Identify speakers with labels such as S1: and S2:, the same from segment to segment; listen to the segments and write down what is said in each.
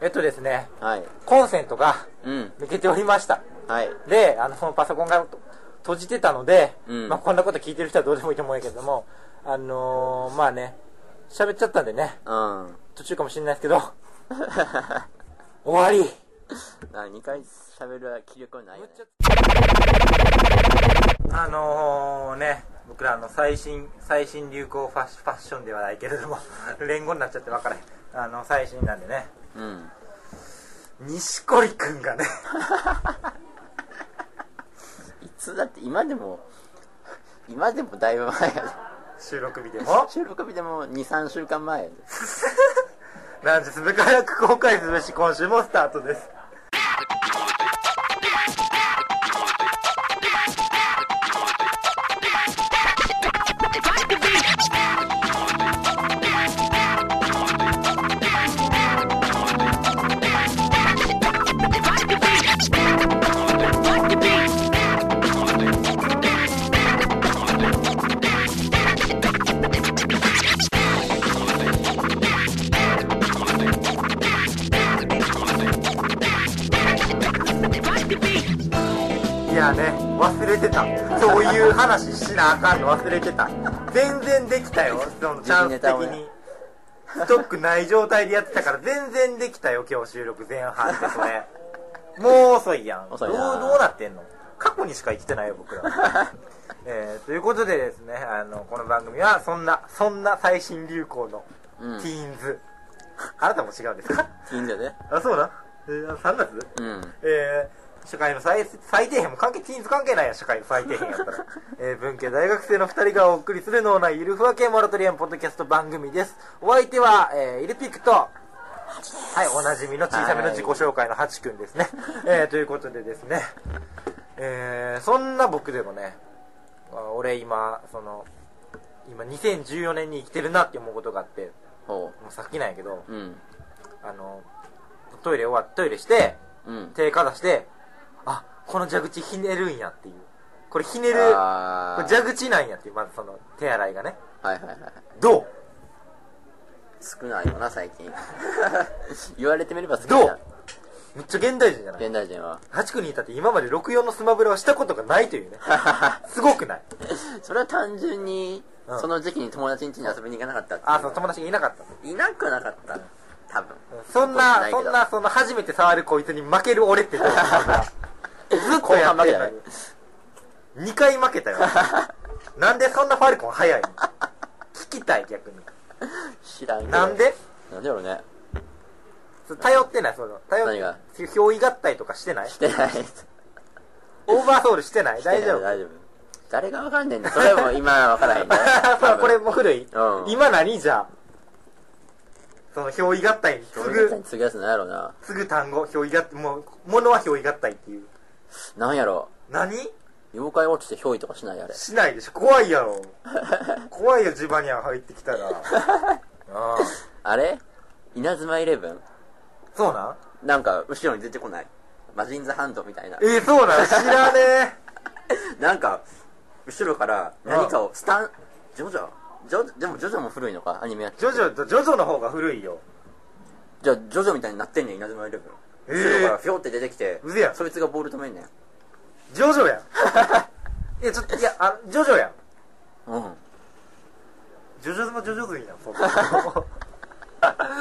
S1: えっとですね、
S2: はい。
S1: コンセントが
S2: うん。
S1: 抜けておりました。
S2: はい。
S1: で、あの、パソコンが閉じてたので、
S2: うん
S1: まあこんなこと聞いてる人はどうでもいいと思うんやけども、あのー、まあね、喋っちゃったんでね、
S2: うん。
S1: 途中かもしれないです けど、終わり。
S2: 2回喋る気力はないよね。
S1: あのー、ね、僕らの最新、最新流行ファッシファッションではないけれども、連合になっちゃって分からへん。あの、最新なんでね。
S2: うん。
S1: 西堀くんがね、
S2: いつだって今でも、 今でもだいぶ前やで。
S1: 収録日でも、
S2: 収録日でも2、3週間前やで。
S1: 何時すべからく公開するし、今週もスタートです。いやね、忘れてた。そういう話しなあかんの忘れてた。全然できたよ、そのチャンス的
S2: 時事ネタを
S1: に
S2: ね。
S1: ストックない状態でやってたから全然できたよ、今日収録前半でそれ。もう遅いやん。
S2: 遅い
S1: どう
S2: な
S1: どうなってんの過去にしか生きてないよ、僕 ら。えー、ということでですね、あの、この番組はそんな、そんな最新流行の
S2: うん
S1: ティーンズ。あなたも違うんですか
S2: いいんだよね。
S1: あ、そうな。えー、3月
S2: うん。
S1: えー、社会の最最底辺も関係、ティーンズ関係ないやん、社会の最底辺やったら。えー、文系大学生の二人がお送りする脳内ゆるふわ系モラトリアンポッドキャスト番組です。お相手は、えー、イルピクと、はい、おなじみの小さめの自己紹介のハチくんですね。えー、ということでですね、えー、そんな僕でもね、あ俺今、その、今2014年に生きてるなって思うことがあって、
S2: ほ
S1: もうさっきなんやけど、
S2: う。うん。
S1: あの、トイレ終わって、トイレして、
S2: うん。
S1: 手かざしてあこの蛇口ひねるんやっていうこれひねるこ
S2: あ
S1: れ
S2: ー。
S1: 蛇口なんやっていうまずその手洗いがね
S2: はいはいはい。
S1: どう
S2: 少ないよな、最近。 言われてみれば少な
S1: ど
S2: いう
S1: めっちゃ現代人じゃない
S2: な。現代人は。
S1: 8区にいたって今まで64のスマブラをしたことがないというねすごくない
S2: それは単純に、
S1: うん
S2: その時期に友達ん家に遊びに行かなかったっていう
S1: あそう友達がいなかった
S2: いなくなかった多分
S1: そんな
S2: そ
S1: そ
S2: ん
S1: ん
S2: な
S1: なその初めて触るこいつに負ける俺ってどういうことだずっとやってるのに2回負けたよなんでそんなファルコン早いの聞きたい逆に
S2: 知らんけど
S1: なんで
S2: なんでやろうね
S1: 頼ってないその頼
S2: 何が
S1: って憑依合体とかしてない
S2: してない
S1: オーバーソウルしてない大丈
S2: して
S1: 夫
S2: ない大丈夫誰がわかんねえんだそれも今 わからへんね
S1: これも古い、
S2: うん
S1: 今何じゃあその憑依合体に
S2: す
S1: 次
S2: ぐ
S1: ぐ
S2: 次やつなんやろうな
S1: 次ぐ単語憑依合体もう物は憑依合体っていう
S2: なんやろ
S1: 何
S2: う妖怪落ちて憑依とかしないあれ
S1: しないでしょ怖いや ろ怖いよジバニャン入ってきた らああ
S2: あれ稲妻イレブン
S1: そうなん
S2: なんか後ろに出てこないマジンズハンドみたいな
S1: えー、そうなん知らね
S2: なんか後ろから何かをスタンジョジョジョジョでもジョジョも古いのかアニメやっ
S1: え
S2: て
S1: ジョジョとジョジョの方が古いよ
S2: じゃあジョジョみたいになってんねん稲妻イレブン
S1: え
S2: 後ろからフィョーって出てきて
S1: うぜやん
S2: そいつがボール止めんねん
S1: ジョジョ やんいやちょっといやあジョジョやん
S2: うん
S1: ジョジョ妻ジョジョズイなそんな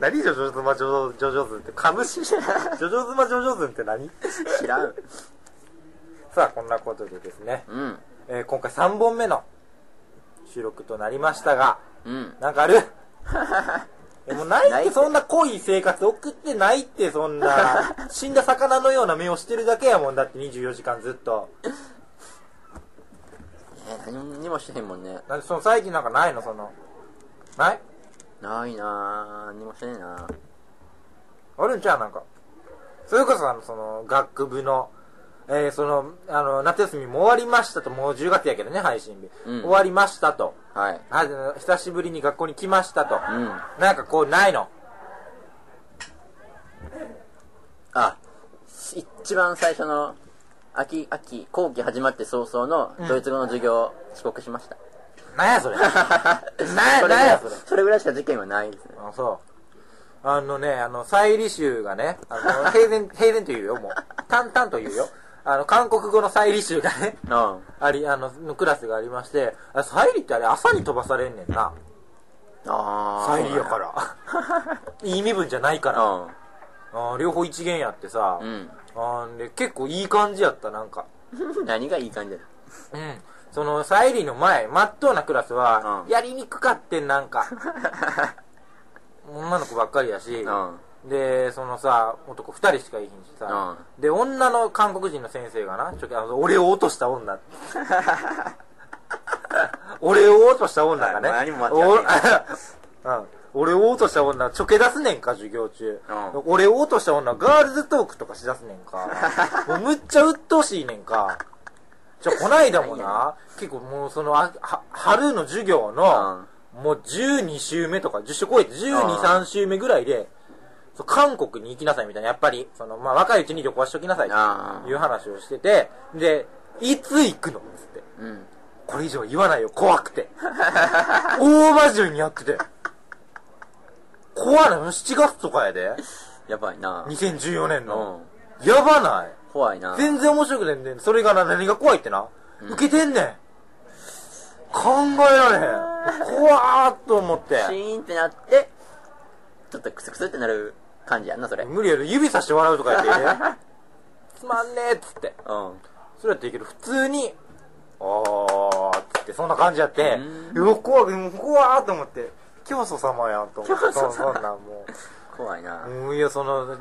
S1: 何ジョジョ妻ジョジョジョズンって株式ジョジョ妻ジョジョズンって何
S2: 知らん
S1: さあこんなことでですね、
S2: うん
S1: えー今回3本目の収録となりましたが
S2: うん
S1: なん かあるえもうない
S2: な
S1: っ
S2: い
S1: てそんな濃い生活送ってないってそんな 死んだ魚のような目をしてるだけやもんだって24時間ずっと
S2: えー何にもしてへんもんね
S1: なんでその最近なんかないのそのない
S2: ないなー何もしてねえな
S1: あるんちゃうなんか。それこそ、あの、その、学部の、えー、その、あの、夏休みも終わりましたと、もう10月やけどね、配信日。
S2: うん
S1: 終わりましたと。
S2: はい
S1: は久しぶりに学校に来ましたと。
S2: うん
S1: なんかこう、ないの。
S2: あ一番最初の秋秋後期始まって早々のドイツ語の授業、遅刻しました
S1: なんやそれ。な
S2: それぐ
S1: なん
S2: ら
S1: や
S2: い
S1: それ
S2: それぐらいしか事件はないですね
S1: あ、そあのね、あの、再履修がね、 あの、平然、平然と言うよ、もう。淡々と言うよ。あの、韓国語の再履修がね、
S2: うん。
S1: あり、あの、のクラスがありまして、あ再履ってあれ、朝に飛ばされんねんな。
S2: ああ。
S1: 再履やから。 いい身分じゃないから。
S2: ら。
S1: あー両方一元やってさ、
S2: うん。
S1: あーで結構いい感じやった、なんか。
S2: うん。何がいい感じだ
S1: うん。その、サイリーの前、まっとうなクラスは、
S2: うん
S1: やりにくかってん、なん か。女の子ばっかりやし、
S2: うん。
S1: で、そのさ、男二人しかいひんしさ、で、女の韓国人の先生がな、ちょっとあの俺を落とした 女。俺を落とした女がね。
S2: はいもう何も間違って
S1: お うん俺を落とした女、ちょけ出すねんか、授業中。
S2: うん
S1: 俺を落とした女、ガールズトークとかしだすねん か。もうむっちゃ鬱陶しいねんか。じゃ、こないだもな、結構もうその、あは春の授業の、もう12週目とか、10週超えて12、
S2: うん
S1: 3週目ぐらいで、そう韓国に行きなさいみたいな、やっぱり、その、まあ、若いうちに旅行はしときなさい
S2: あ
S1: と
S2: ー
S1: いう話をしてて、で、いつ行くのつって。
S2: うん。うん。
S1: これ以上言わないよ、怖く て。大真面目にやってて。怖いの ?7 月とかやで。
S2: やばいな。
S1: 2014年
S2: う
S1: の。
S2: ん。
S1: やばない
S2: 怖いな。
S1: 全然面白くねんねん。それがな、何が怖いってな。受けてんねん。考えられへん。怖ーっと思って。
S2: シーンってなって、ちょっとクスクスってなる感じやんな、それ。うん。
S1: 無理やろ指さして笑うとか言って ねつまんねえっつってそれやっていいけど普通に「ああ」っつってそんな感じやって
S2: う
S1: うわ怖くもう怖ーっと思って教祖様やんと思って
S2: 教祖様
S1: そんなんも
S2: 怖いな
S1: う。うんいやその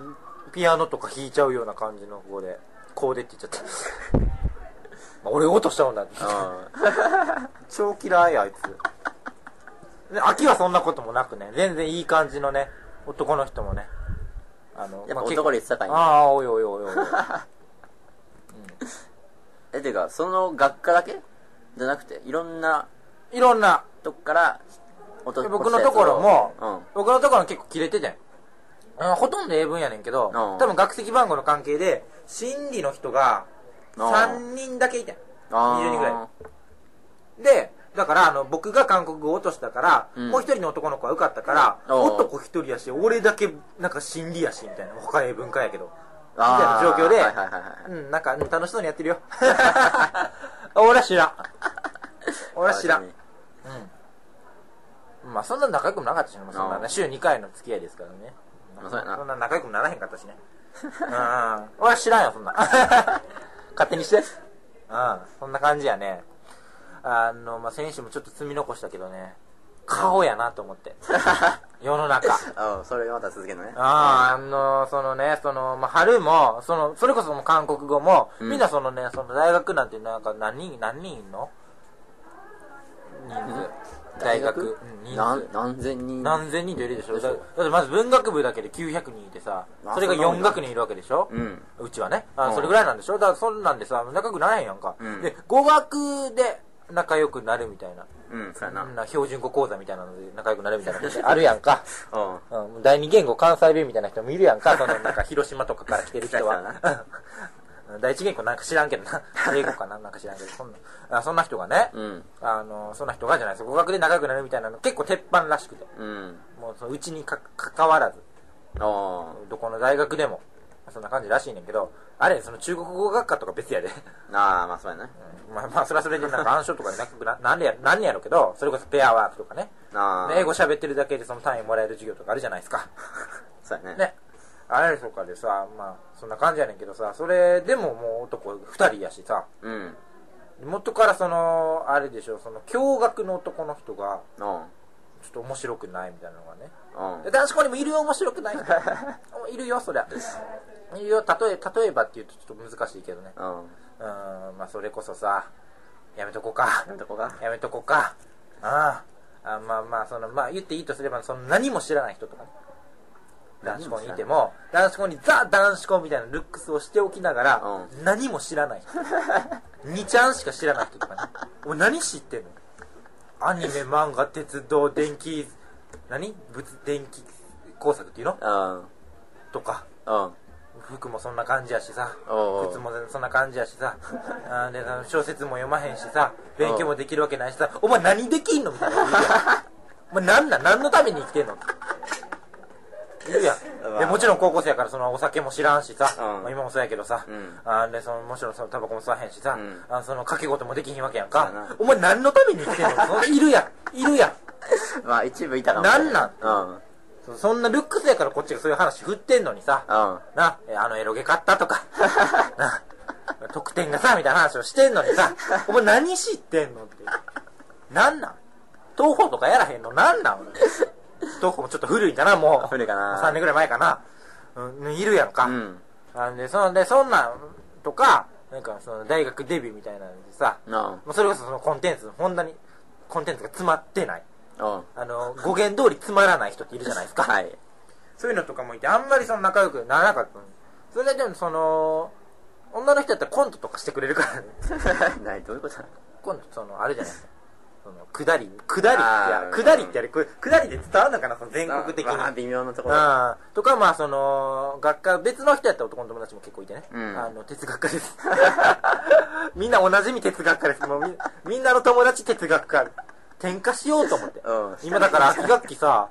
S1: ピアノとか弾いちゃうような感じの子でこうでって言っちゃって まあ俺落としたもんだって
S2: う
S1: 超嫌いあいつで秋はそんなこともなくね全然いい感じのね男の人もねあの
S2: ん。やっ
S1: ま
S2: ぱ
S1: あ結
S2: 男で言ってたかいな。
S1: ああおいおいおいおいおい
S2: え、てか、その学科だけじゃなくて、いろんない
S1: ろんな、
S2: とこから、おと
S1: 僕のところも、
S2: うん。
S1: 僕のところ結構切れててん。あほとんど英文やねんけど、
S2: うん
S1: 多分学籍番号の関係で、心理の人が
S2: うん
S1: 3人だけいてん。
S2: あ
S1: 20人ぐら
S2: あ。
S1: で、だから、あの、僕が韓国語を落としたから、
S2: うん
S1: もう一人の男の子は受かったから、
S2: うん
S1: 男一人やし、俺だけ、なんか心理やし、みたいな。他英文化やけど。
S2: あー
S1: みたいな状況で
S2: はいはいはいはい。
S1: うん、なんか、うん楽しそうにやってるよ。 俺は知らん。俺は知らん。まあそんな仲良くもなかったしね、もうそんな
S2: あ
S1: ね、
S2: あ
S1: 週2回の付き合いですからね。
S2: まあそうやな
S1: そんな仲良くもならへんかったし ね。うん。俺は知らんよ、そんな。勝手にして。うん。そんな感じやね。あの、まあ選手もちょっと積み残したけどね、顔やなと思 って。世の中。
S2: ああ、それまた続けるのね。
S1: ああ、あの、そのね、その、まあ、春も、その、それこそもう韓国語も、
S2: うん
S1: みんなそのね、その大学なんてなんか何人、何人いんの人数。大学、うん、人数
S2: 何。何千人
S1: 何千人といるでしょ
S2: でし
S1: だ
S2: ょ
S1: だってまず文学部だけで900人いてさ
S2: あ
S1: それが
S2: そんな
S1: 4
S2: もんいる
S1: 学年いるわけでしょ、
S2: うん。
S1: うちはねあ、
S2: うん
S1: それぐらいなんでしょだからそんなんでさ仲良くならへんやんか、
S2: うん
S1: で語学で仲良くなるみたいな
S2: うん、そうやな。
S1: な
S2: うん。
S1: 標準語講座みたいなので仲良くなるみたいなことあるやん か、
S2: あ
S1: うん、第二言語関西弁みたいな人もいるやん かそのなんか広島とかから来てる人は
S2: 来た人
S1: うん第一言語なんか知らんけどな英語かななんか知らんけどそんなあそんな人がね、
S2: うん。
S1: あのそんな人がじゃないです語学で仲良くなるみたいなの結構鉄板らしくて
S2: うん。
S1: もうそのうちにか関わらず
S2: あ
S1: どこの大学でもそんな感じらしいねんけどあれその中国語学科とか別やで
S2: あ。ああ、まあそうやね。
S1: まあまあそれはそれでなんか暗証とかでなくななんでやなんでやろうけどそれこそペアワークとかね
S2: ああ。
S1: で英語喋ってるだけでその単位もらえる授業とかあるじゃないですか
S2: そうやね。
S1: ねあれとかでさまあそんな感じやねんけどさそれでももう男2人やしさ
S2: うん。
S1: 元からそのあれでしょその驚愕の男の人が
S2: うん。
S1: ちょっと面白くないみたいなのがね
S2: うん。
S1: 男子校にもいるよ面白くない人いるよそりゃいるよ例え例えばっていうとちょっと難しいけどね
S2: うん。
S1: うーんまあそれこそさやめとこうか
S2: なんとこが
S1: やめとこうかあああまあまあそのまあ言っていいとすればその何も知らない人とかね男子校にいても男子校にザ男子校みたいなルックスをしておきながら、
S2: う
S1: 何も知らない人2ちゃんしか知らない人とかね俺何知ってんのアニメ漫画鉄道電気何物電気工作っていうの
S2: うん。
S1: とか
S2: うん。
S1: 服もそんな感じやしさ
S2: おうおう
S1: 靴もそんな感じやし さあーであの小説も読まへんしさ勉強もできるわけないしさお前何できんのみたいなお前何なん何のために生きてんのいるやん
S2: まあ
S1: でもちろん高校生やからそのお酒も知らんしさ、
S2: うん
S1: まあ今もそうやけどさ、
S2: うん
S1: あでそのもちろんそのタバコも吸わへんしさ、
S2: うん
S1: あその掛け事もできひんわけやん
S2: そうやな
S1: かお前何のために生きてんのそのいるやんいるやん
S2: まあ一部いたかもしれない
S1: なんそそんなルックスやからこっちがそういう話振ってんのにさ、
S2: うんうん
S1: な、えあのエロゲ買ったと か、な、得点がさ、みたいな話をしてんのにさ、お前何知ってんのって。なんなん東宝とかやらへんのなんなん東宝もちょっと古いんだな、もう。
S2: 古いかな
S1: 3年ぐらい前かな。うん、いるやんか。
S2: うん
S1: なんで、そんで、そんなんとか、なんかその大学デビューみたいなのでさ、
S2: うんうん
S1: もうそれこそそのコンテンツ、ほんなにコンテンツが詰まってない。あの、語源通りつまらない人っているじゃないですか。
S2: はい
S1: そういうのとかもいて、あんまりその仲良くならなかったのそれでもその、女の人だったらコントとかしてくれるからね。
S2: 何どういうこと
S1: 今度その、あれじゃないですか。その、下り、下りってや
S2: あ、ー
S1: 下りってやる、これ下りで伝わるのかな、その全国的に。
S2: まあ微妙なところ
S1: うん、とかまあその学科別の人やったら男の友達も結構いてね、
S2: うん
S1: あの哲学科です みんなおなじみ哲学科ですもうみみんなの友達哲学科転化しようと思って、
S2: うん
S1: 今だから秋学期さ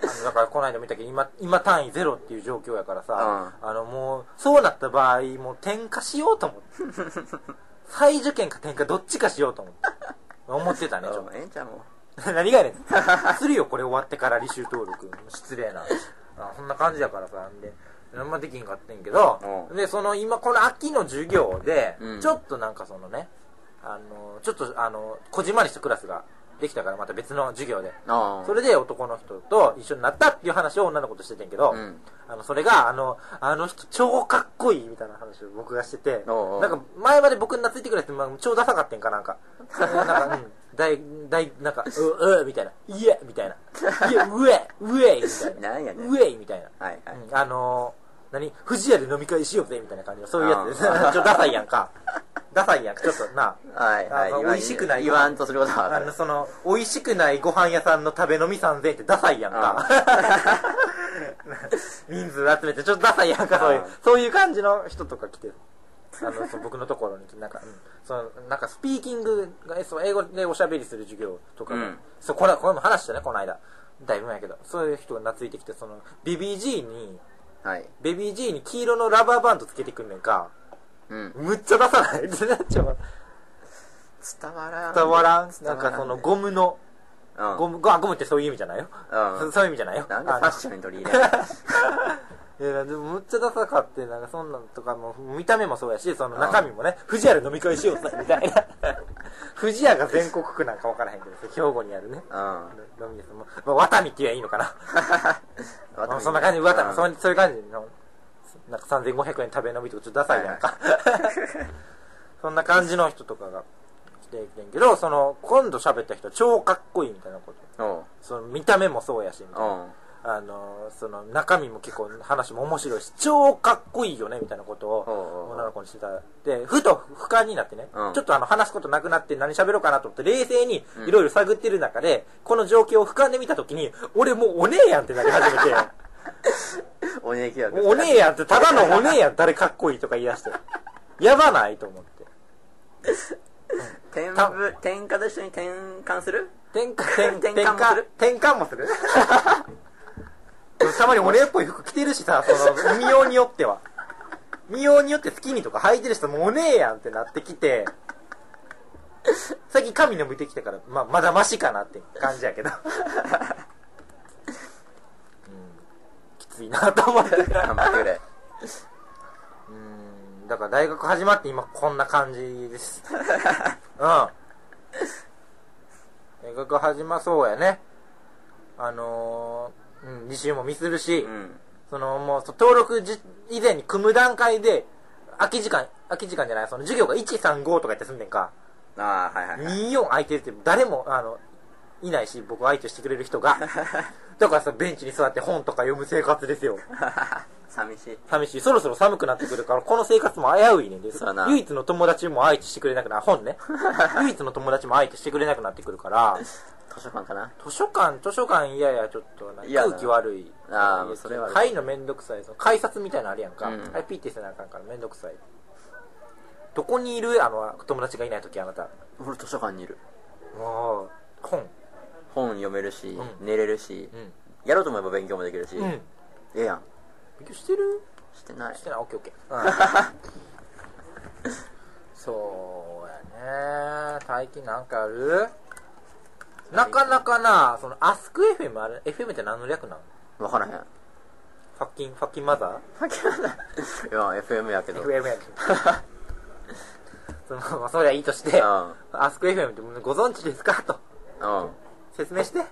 S1: あのだからこの間見たけど今今単位ゼロっていう状況やからさ、あのもうそうなった場合もう転化しようと思って 再受験か転化どっちかしようと思って思ってたねちょっと
S2: うんええんちゃうも う
S1: 何がやねんするよこれ終わってから履修登録失礼なあそんな感じだからさんであんまできんかってんけど
S2: う
S1: でその今この秋の授業で、
S2: うん
S1: ちょっとなんかそのねあのちょっとあのこじんまりしたクラスができたからまた別の授業で
S2: ああ
S1: それで男の人と一緒になったっていう話を女の子としててんけど、
S2: うん
S1: あのそれがあのあの人超かっこいいみたいな話を僕がしてて
S2: おうおう
S1: なんか前まで僕に懐いてくれて、まあ、超ダサかってんかなんかなんか、うん大大なんか「うう」みたいな「いえ」みたいな「いえうえうえ」みたいな
S2: 何
S1: 「
S2: やねん
S1: うえ」みたいな、
S2: はいはい
S1: うんあのー、何富士屋で飲み会しようぜみたいな感じのそういうやつです ち
S2: あ
S1: ょっとダサいやんかダサいやんかちょっとな
S2: はいはい
S1: あの
S2: 言わん
S1: 美味しくない
S2: 言わんとすることは
S1: あ
S2: 分
S1: の
S2: か
S1: その美味しくないご飯屋さんの食べ飲み3000円ってダサいやんか 人数集めてちょっとダサいやんかそういう
S2: ああ
S1: そういう感じの人とか来てあのそう僕のところになんか、うんそのなんかスピーキングがそう英語でおしゃべりする授業とかが、
S2: うん
S1: そうこれこれも話したねこの間だいぶ前やけどそういう人が懐いてきてそのベビー G に
S2: るはい
S1: ベビー G に黄色のラバーバンドつけてくんねんか
S2: うん
S1: むっちゃダサない ちょっと
S2: 伝わらん
S1: 伝わらん
S2: 伝
S1: な
S2: わ
S1: ん
S2: ら
S1: かそのゴムの
S2: うん
S1: ゴム、あゴムってそういう意味じゃないよ。
S2: う
S1: そ
S2: ん
S1: そういう意味じゃないよ。
S2: なんでファッションに取り入れ ない
S1: あのいや、でもむっちゃダサかって、なんかそんなんとかも、見た目もそうやし、その中身もね、富士屋で飲み会しようぜ、みたいな。 富士屋が全国区なんかわからへんけど、兵庫にあるね。
S2: う
S1: 飲み屋さんも、まあ、ワタミって言えばいいのかな。
S2: ん
S1: まあそんな感じ、ワタミ、
S2: うん
S1: そんそういう感じの、なんか3500円食べ飲みとかちょっとダサいやんか。そんな感じの人とかが来てきてんけど、その、今度喋った人超かっこいいみたいなこと。
S2: おう
S1: その見た目もそうやし、みたいな。
S2: おう
S1: あのその中身も結構話も面白いし超かっこいいよねみたいなこと
S2: おうおう
S1: を
S2: おう
S1: 女の子にしてたでふと俯瞰になってね、
S2: うん
S1: ちょっとあの話すことなくなって何喋ろうかなと思って冷静にいろいろ探ってる中で、この状況を俯瞰で見た時に俺もうお姉やんってなり始 めて
S2: お姉規約
S1: もうお姉やんってただのお姉やん誰かっこいいとか言い出してやばないと思って
S2: 転
S1: た
S2: 部転科と一緒に転換する
S1: 転換
S2: 転換
S1: 転
S2: もす
S1: 換
S2: る
S1: 転換もするで もたまにお姉っぽい服着てるしさその見ようによっては見ようによって好きにとか履いてる人もお姉やんってなってきて最近髪伸びてきたから、まあ、まだマシかなって感じや けど、うん、きついなと思って
S2: 頑張ってくれ
S1: うんだから大学始まって今こんな感じ です。うん。大学始まそうやね。あのー、うん、履修もミスるし、
S2: うん
S1: そのもうそ登録じ以前に組む段階で、空き時間、空き時間じゃない、その授業が1、3、5とかやってすんねんか、
S2: ああはいはいはい
S1: 2、4空いてるって誰も、あの、いないし、僕相手してくれる人 が。だからさ、ベンチに座って本とか読む生活ですよ。
S2: 寂しい
S1: 寂しい。そろそろ寒くなってくるから、この生活も危ういねんで
S2: そうやな。
S1: 唯一の友達も相手してくれなくな、本ね。 唯一の友達も相手してくれなくなってくるから、
S2: 図書館かな
S1: 図書館、図書館いやいや、ちょっとなんか
S2: 嫌だな
S1: 空気悪い。
S2: あーそれはある
S1: 入るのめんどくさい。その改札みたいなのあるやんか。
S2: うん
S1: あれピッてしてなあかんからめんどくさい。どこにいるあの、友達がいないときあなた。
S2: 俺図書館にいる
S1: もう、本。
S2: 本読めるし
S1: うん
S2: 寝れるし
S1: うん。
S2: やろうと思えば勉強もできるし
S1: うん。
S2: ええやん
S1: 勉強してる
S2: してない
S1: してないオッケーオッケー、 そうやね最近なんかあるなかなかなそのアスク FM あれ FM って何の略なの
S2: 分からへんいや
S1: ファッキンファッキンマザ
S2: FM やけ
S1: ー
S2: ど
S1: FM や けどそのまあそりゃいいとしてアスク FM ってご存知ですかと
S2: うんうん
S1: 説明 して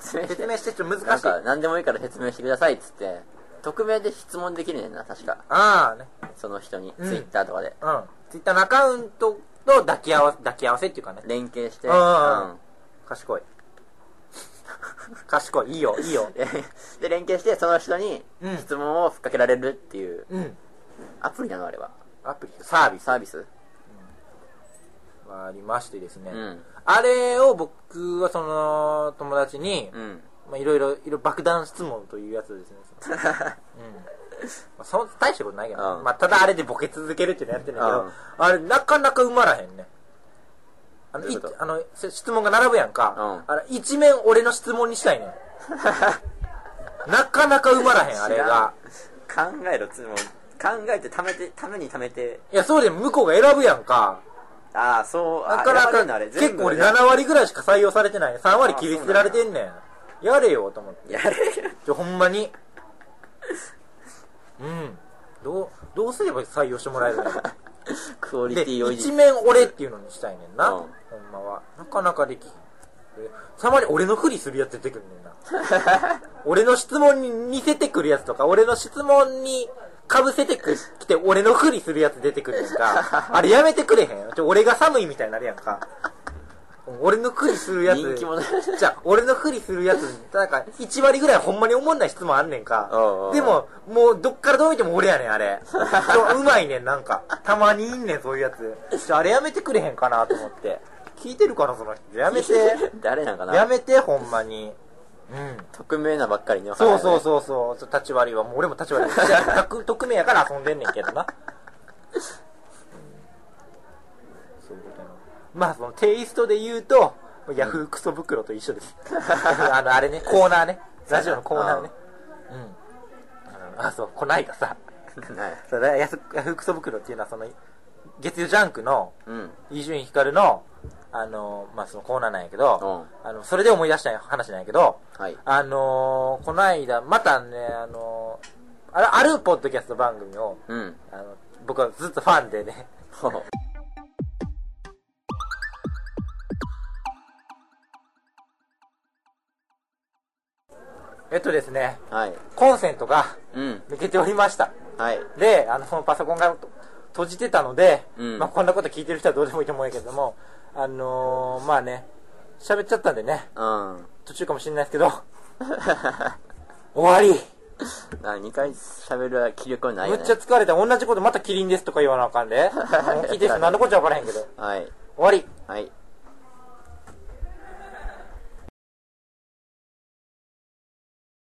S2: 説明して
S1: 説明してちょっと
S2: な
S1: 難
S2: ん
S1: しい
S2: か何でもいいから説明してくださいっつって匿名で質問できるねんな確か
S1: ああね
S2: その人に、
S1: うん
S2: ツイッターとかで
S1: うんツイッターのアカウントと抱き合わせ抱き合わせっていうかね
S2: 連携して
S1: うんうんうん
S2: うん
S1: 賢い賢いいいよいい よ
S2: でで連携してその人に
S1: うん
S2: 質問をふっかけられるっていう
S1: うん
S2: アプリなのあれは
S1: アプリサービス
S2: サービス
S1: がありましてですね、
S2: うん
S1: あれを僕はその友達に
S2: う、ん
S1: まあ、いろいろいろ爆弾質問というやつ ですね、そのうんまあ、そん大したことないけど、
S2: うん
S1: まあ、ただあれでボケ続けるっていうのやってるんだけど、
S2: うん
S1: あれなかなか埋まらへんねあの
S2: どういう
S1: い
S2: こと
S1: あのせ質問が並ぶやんか、
S2: う
S1: あれ一面俺の質問にしたいね んなかなか埋まらへんあれが
S2: 考えろつもう考えてためてためにためて
S1: いやそうでも向こうが選ぶやんか
S2: ああそうあ
S1: なかな
S2: やば
S1: か
S2: いなあれ
S1: 結構俺
S2: 全部
S1: 7割ぐらいしか採用されてない3割切り捨てられてんねんやれよと思って
S2: やれる
S1: じゃほんまにうんどうどうすれば採用してもらえるの
S2: クオリテ
S1: で
S2: ィを維
S1: 一
S2: 持
S1: 面俺っていうのにしたいねんな、
S2: うん
S1: ほんまはなかなかできひんでたまに俺のふりするやつ出てくるねんな 俺の質問に似せてくるやつとか俺の質問にかぶせてくきて俺のふりするやつ出てくるやん かあれやめてくれへんちょ俺が寒いみたいになるやんか俺のふりするやつ
S2: 人気者
S1: じゃあ、俺のふりするやつ、なんか、1割ぐらいほんまに思んない質問あんねんか
S2: うんうん。
S1: でも、 もう、どっからどう見ても俺やねん、あれ。そううまいねん、なんか。たまにいんねん、そういうやつ。ちょあれやめてくれへんかなと思って。聞いてるかな、その人。やめて。
S2: 誰なんか
S1: や
S2: な
S1: めて、ほんまに。うん。
S2: 匿名なばっかりね
S1: そうそうそうそう、ちょ立ち割りは、もう俺も立ち 割り。じゃあ匿匿名やから遊んでんねんけどな。そういうことやなまあ、そのテイストで言うと、ヤフークソ袋と一緒です。 あの、あれね、コーナーね。ラジオのコーナーね。うん。あのあ、そう、こないださ、
S2: はい
S1: そうだヤフヤフークソ袋っていうのは、その、月曜ジャンクの、
S2: うん
S1: 伊集院光の、あの、まあ、そのコーナーなんやけど、あの、それで思い出した話なんやけど、
S2: はい
S1: あのー、この間、またね、あのー、あるあるポッドキャスト番組を、
S2: うん
S1: あの僕はずっとファンでね、
S2: ほう
S1: えっとですね、
S2: はい
S1: コンセントが
S2: うん
S1: 抜けておりました。
S2: はい
S1: で、あの、そのパソコンが閉じてたので、
S2: うん
S1: まあこんなこと聞いてる人はどうでもいいと思うんやけども、あのー、まあね、喋っちゃったんでね、
S2: うん
S1: 途中かもしれないです けど、終わり
S2: あ2回喋る気力はない
S1: む
S2: よ
S1: っ
S2: ね
S1: ちゃ疲れた。 同じことまたキリンですとか言わなあかんで。もう聞いてる人何のこっちゃ分からへんけど。終
S2: はい
S1: わり。
S2: はい